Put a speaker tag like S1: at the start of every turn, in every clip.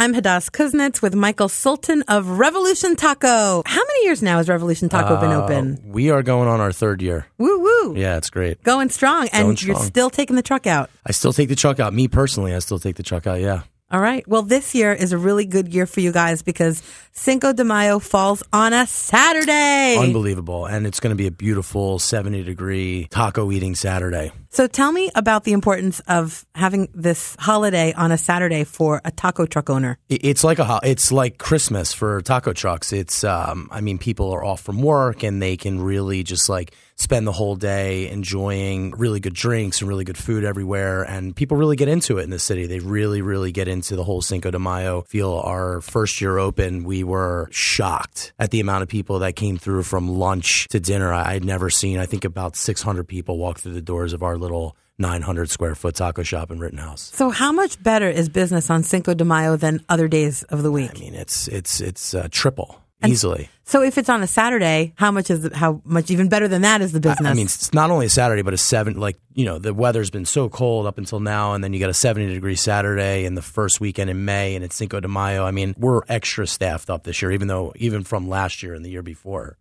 S1: I'm Hadass Kuznets with Michael Sultan of Revolution Taco. How many years now has Revolution Taco been open?
S2: We are going on our third year.
S1: Woo woo.
S2: Yeah, it's great.
S1: Going strong. And
S2: Going
S1: you're
S2: strong.
S1: still taking the truck out.
S2: I still take the truck out. Me personally, I still take the truck out. Yeah.
S1: All right. Well, this year is a really good year for you guys because Cinco de Mayo falls on a Saturday.
S2: Unbelievable. And it's going to be a beautiful 70 degree taco eating Saturday.
S1: So tell me about the importance of having this holiday on a Saturday for a taco truck owner.
S2: I- It's like a ho- it's like Christmas for taco trucks. It's um I mean people are off from work and they can really just like spend the whole day enjoying really good drinks and really good food everywhere and people really get into it in the city. They really really get into the whole Cinco de Mayo feel. Our first year open, we were shocked at the amount of people that came through from lunch to dinner. I had never seen I think about 600 people walk through the doors of our little 900 square foot taco shop in Rittenhouse.
S1: So how much better is business on Cinco de Mayo than other days of the week?
S2: I mean, it's it's it's uh, triple easily.
S1: so if it's on a Saturday, how much is the, how much even better than that is the
S2: I,
S1: business?
S2: I mean, it's not only a Saturday, but a seven. Like you know, the weather's been so cold up until now, and then you got a seventy degree Saturday and the first weekend in May, and it's Cinco de Mayo. I mean, we're extra staffed up this year, even though even from last year and the year before.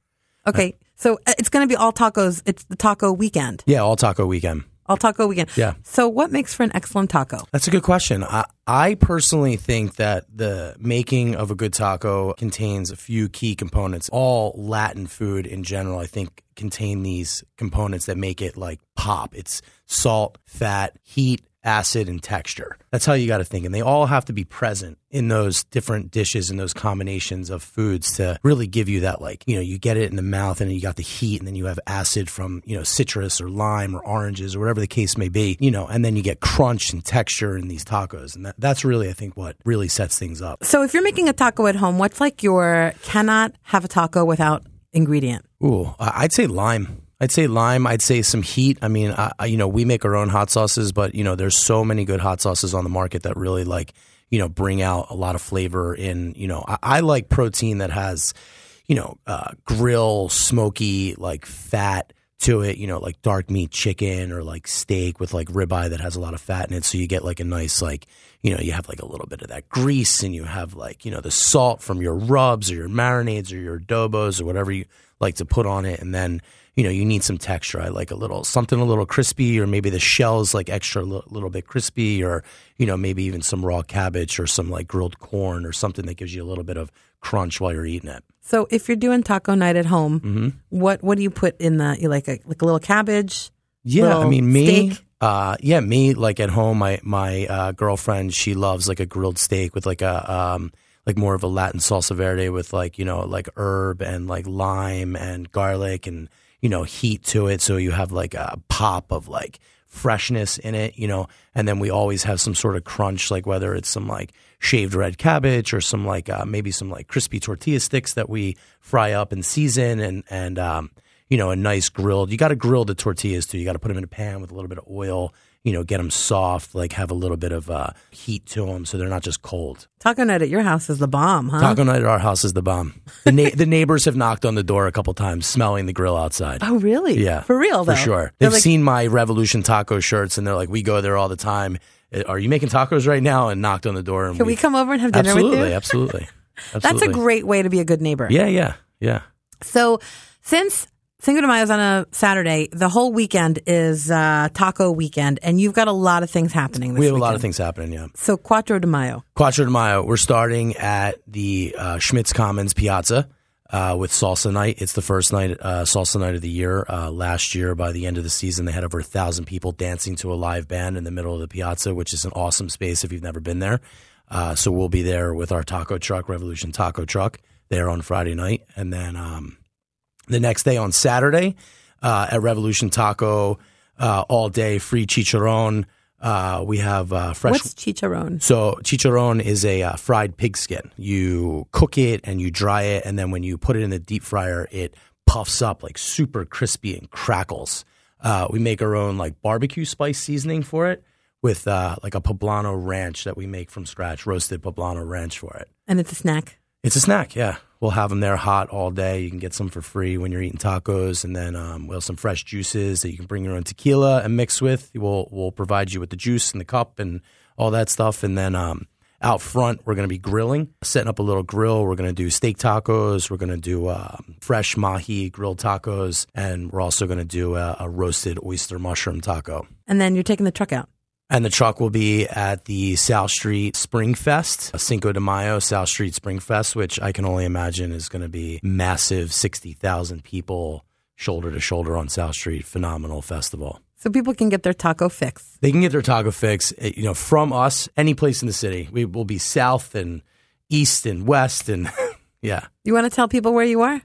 S1: okay. So uh, it's going to be all tacos. It's the taco weekend.
S2: Yeah, all taco weekend.
S1: All taco weekend.
S2: Yeah.
S1: So what makes for an excellent taco?
S2: That's a good question. I, I personally think that the making of a good taco contains a few key components. All Latin food in general, I think, contain these components that make it like pop. It's salt, fat, heat, acid, and texture. That's how you got to think. And they all have to be present in those different dishes and those combinations of foods to really give you that, like, you know, you get it in the mouth and you got the heat and then you have acid from, you know, citrus or lime or oranges or whatever the case may be, you know, and then you get crunch and texture in these tacos. And that, that's really, I think, what really sets things up.
S1: So if you're making a taco at home, what's like your cannot have a taco without ingredient?
S2: Ooh, I- I'd say lime. I'd say lime. I'd say some heat. I mean, I, I, you know, we make our own hot sauces, but you know, there's so many good hot sauces on the market that really like, you know, bring out a lot of flavor. In you know, I, I like protein that has, you know, uh, grill smoky like fat to it. You know, like dark meat chicken or like steak with like ribeye that has a lot of fat in it. So you get like a nice like, you know, you have like a little bit of that grease, and you have like you know the salt from your rubs or your marinades or your adobos or whatever you like to put on it and then you know you need some texture i like a little something a little crispy or maybe the shell's like extra li- little bit crispy or you know maybe even some raw cabbage or some like grilled corn or something that gives you a little bit of crunch while you're eating it
S1: So if you're doing taco night at home,
S2: Mm-hmm.
S1: what what do you put in the you like a like a little cabbage?
S2: Yeah, I
S1: little
S2: mean me.
S1: steak?
S2: Uh, yeah, me. Like at home, my my uh, girlfriend she loves like a grilled steak with like a um like more of a Latin salsa verde with like you know like herb and like lime and garlic and you know heat to it, so you have like a pop of like freshness in it, you know. And then we always have some sort of crunch, like whether it's some like shaved red cabbage or some like uh, maybe some like crispy tortilla sticks that we fry up and season and and um you know, a nice grilled. You got to grill the tortillas too. You got to put them in a pan with a little bit of oil. You know, get them soft. Like have a little bit of uh, heat to them, so they're not just cold.
S1: Taco night at your house is the bomb, huh?
S2: Taco night at our house is the bomb. The, na- the neighbors have knocked on the door a couple times, smelling the grill outside.
S1: oh really?
S2: Yeah,
S1: For real though.
S2: for sure.
S1: They're
S2: They've
S1: like,
S2: seen my Revolution Taco shirts, and they're like, "We go there all the time. Uh, Are you making tacos right now?" And knocked on the door. And
S1: Can we come over and have dinner with you?
S2: absolutely, Absolutely, absolutely.
S1: That's a great way to be a good neighbor.
S2: Yeah, yeah, yeah.
S1: So since Cinco de Mayo's on a Saturday, the whole weekend is uh, taco weekend, and you've got a lot of things happening. This
S2: We have a lot of
S1: weekend.
S2: things happening. Yeah.
S1: So Cuatro de Mayo.
S2: Quattro de Mayo. We're starting at the uh, Schmitz Commons Piazza uh, with salsa night. It's the first night uh, salsa night of the year. Uh, last year, by the end of the season, they had over a thousand people dancing to a live band in the middle of the piazza, which is an awesome space if you've never been there. Uh, so we'll be there with our taco truck, Revolution Taco Truck, there on Friday night, and then um, the next day on Saturday uh, at Revolution Taco uh, all day free chicharron. Uh, we have uh, fresh.
S1: What's chicharron?
S2: So chicharron is a uh, fried pig skin. You cook it and you dry it, and then when you put it in the deep fryer, it puffs up like super crispy and crackles. Uh, we make our own like barbecue spice seasoning for it with uh, like a poblano ranch that we make from scratch, roasted poblano ranch for it.
S1: And it's a snack.
S2: It's a snack, yeah. We'll have them there hot all day. You can get some for free when you're eating tacos, and then um, we'll have some fresh juices that you can bring your own tequila and mix with. We'll we'll provide you with the juice and the cup and all that stuff, and then um, out front we're going to be grilling, setting up a little grill. We're going to do steak tacos. We're going to do um, fresh mahi grilled tacos, and we're also going to do a, a roasted oyster mushroom taco.
S1: And then you're taking the truck out.
S2: And the truck will be at the South Street Spring Fest, Cinco de Mayo South Street Spring Fest, which I can only imagine is going to be massive 60,000 people shoulder to shoulder on South Street. Phenomenal festival.
S1: So people can get their taco fix.
S2: They can get their taco fix, eh, you know, from us, any place in the city. We will be south and east and west and yeah.
S1: You want to tell people where you are?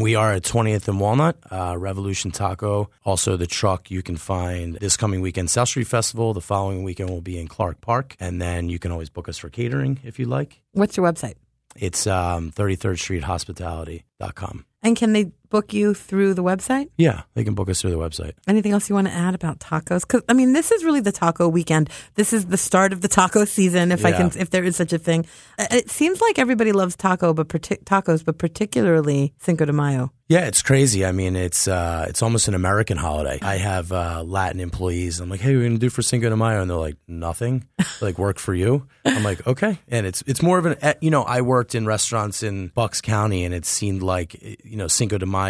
S2: We are at 20th and Walnut, uh, Revolution Taco. Also, the truck you can find this coming weekend, South Street Festival. The following weekend will be in Clark Park. And then you can always book us for catering if you like.
S1: What's your website?
S2: It's um, 33rd Street Hospitality.com.
S1: And can they book you through the website?
S2: Yeah, they can book us through the website.
S1: Anything else you want to add about tacos? Because I mean, this is really the taco weekend. This is the start of the taco season, if I can,
S2: Yeah.
S1: if there is such a thing. Uh, It seems like everybody loves taco, but partic- tacos, but particularly Cinco de Mayo.
S2: Yeah, it's crazy. I mean, it's uh, it's almost an American holiday. I have uh, Latin employees. I'm like, hey, we're gonna do for Cinco de Mayo, and they're like, nothing. like, work for you. I'm like, okay. And it's it's more of an eh, you know, I worked in restaurants in Bucks County, and it seemed like eh, you know Cinco de Mayo.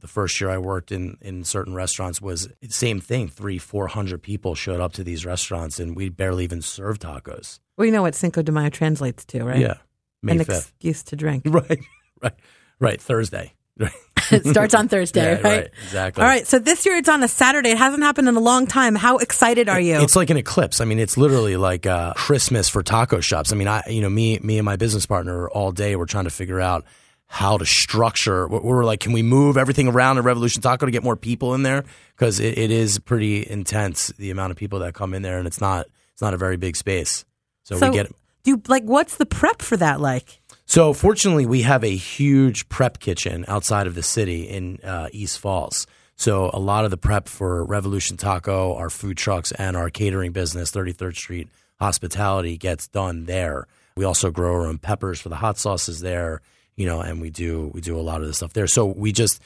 S2: The first year I worked in in certain restaurants was same thing. Three, four hundred people showed up to these restaurants, and we barely even served tacos.
S1: Well, you know what Cinco de Mayo translates to, right?
S2: Yeah, May
S1: An
S2: fifth.
S1: excuse to drink.
S2: right, right, right. Thursday. Right.
S1: it starts on Thursday,
S2: Yeah, right, exactly.
S1: All right. So this year it's on a Saturday. It hasn't happened in a long time. How excited are you?
S2: It's like an eclipse. I mean, it's literally like uh, Christmas for taco shops. I mean, I you know me me and my business partner all day we're trying to figure out how to structure. We're, we're like, can we move everything around at Revolution Taco to get more people in there? Because it, it is pretty intense the amount of people that come in there, and it's not it's not a very big space. So,
S1: so
S2: we get
S1: do you, like what's the prep for that like?
S2: so fortunately, we have a huge prep kitchen outside of the city in uh, East Falls. So a lot of the prep for Revolution Taco, our food trucks, and our catering business, 33rd Street Hospitality, gets done there. We also grow our own peppers for the hot sauces there, you know, and we do we do a lot of the stuff there. So we just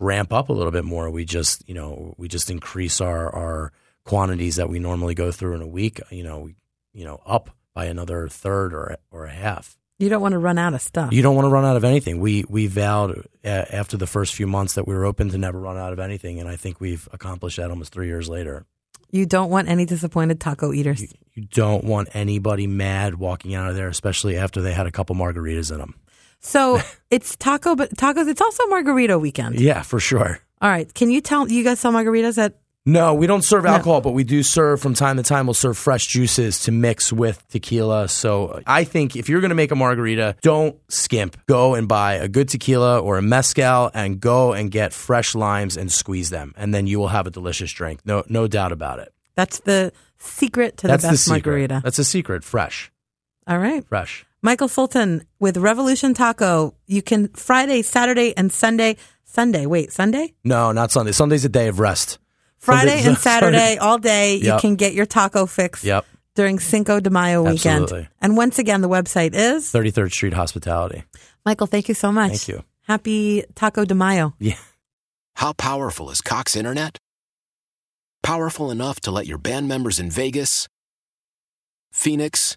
S2: ramp up a little bit more. We just, you know, we just increase our our quantities that we normally go through in a week. You know, we, you know, up by another third or or a half.
S1: You don't want to run out of stuff.
S2: You don't want to run out of anything. We we vowed uh, after the first few months that we were open to never run out of anything, and I think we've accomplished that almost three years later.
S1: You don't want any disappointed taco eaters.
S2: You don't want anybody mad walking out of there, especially after they had a couple margaritas in them.
S1: So it's taco, but tacos. It's also margarita weekend.
S2: Yeah, for sure.
S1: All right. Can you tell you guys sell margaritas at?
S2: No, we don't serve alcohol, but we do serve from time to time. We'll serve fresh juices to mix with tequila. So I think if you're going to make a margarita, don't skimp. Go and buy a good tequila or a mezcal, and go and get fresh limes and squeeze them, and then you will have a delicious drink. No, no doubt about it.
S1: That's the secret to
S2: That's
S1: the best
S2: the secret.
S1: margarita.
S2: That's a secret. Fresh,
S1: All right.
S2: fresh.
S1: Michael Sultan with Revolution Taco. You can Friday, Saturday, and Sunday. Sunday. Wait, Sunday.
S2: No, not Sunday. Sunday's a day of rest.
S1: Friday
S2: Sunday-
S1: and
S2: Saturday.
S1: Saturday all day. You
S2: Yep.
S1: can get your taco fix
S2: Yep.
S1: during Cinco de Mayo weekend.
S2: Absolutely.
S1: And once again, the website is
S2: 33rd Street Hospitality.
S1: Michael. Thank you so much.
S2: Thank you.
S1: Happy Taco de Mayo.
S2: Yeah.
S3: How powerful is Cox Internet? Powerful enough to let your band members in Vegas, Phoenix,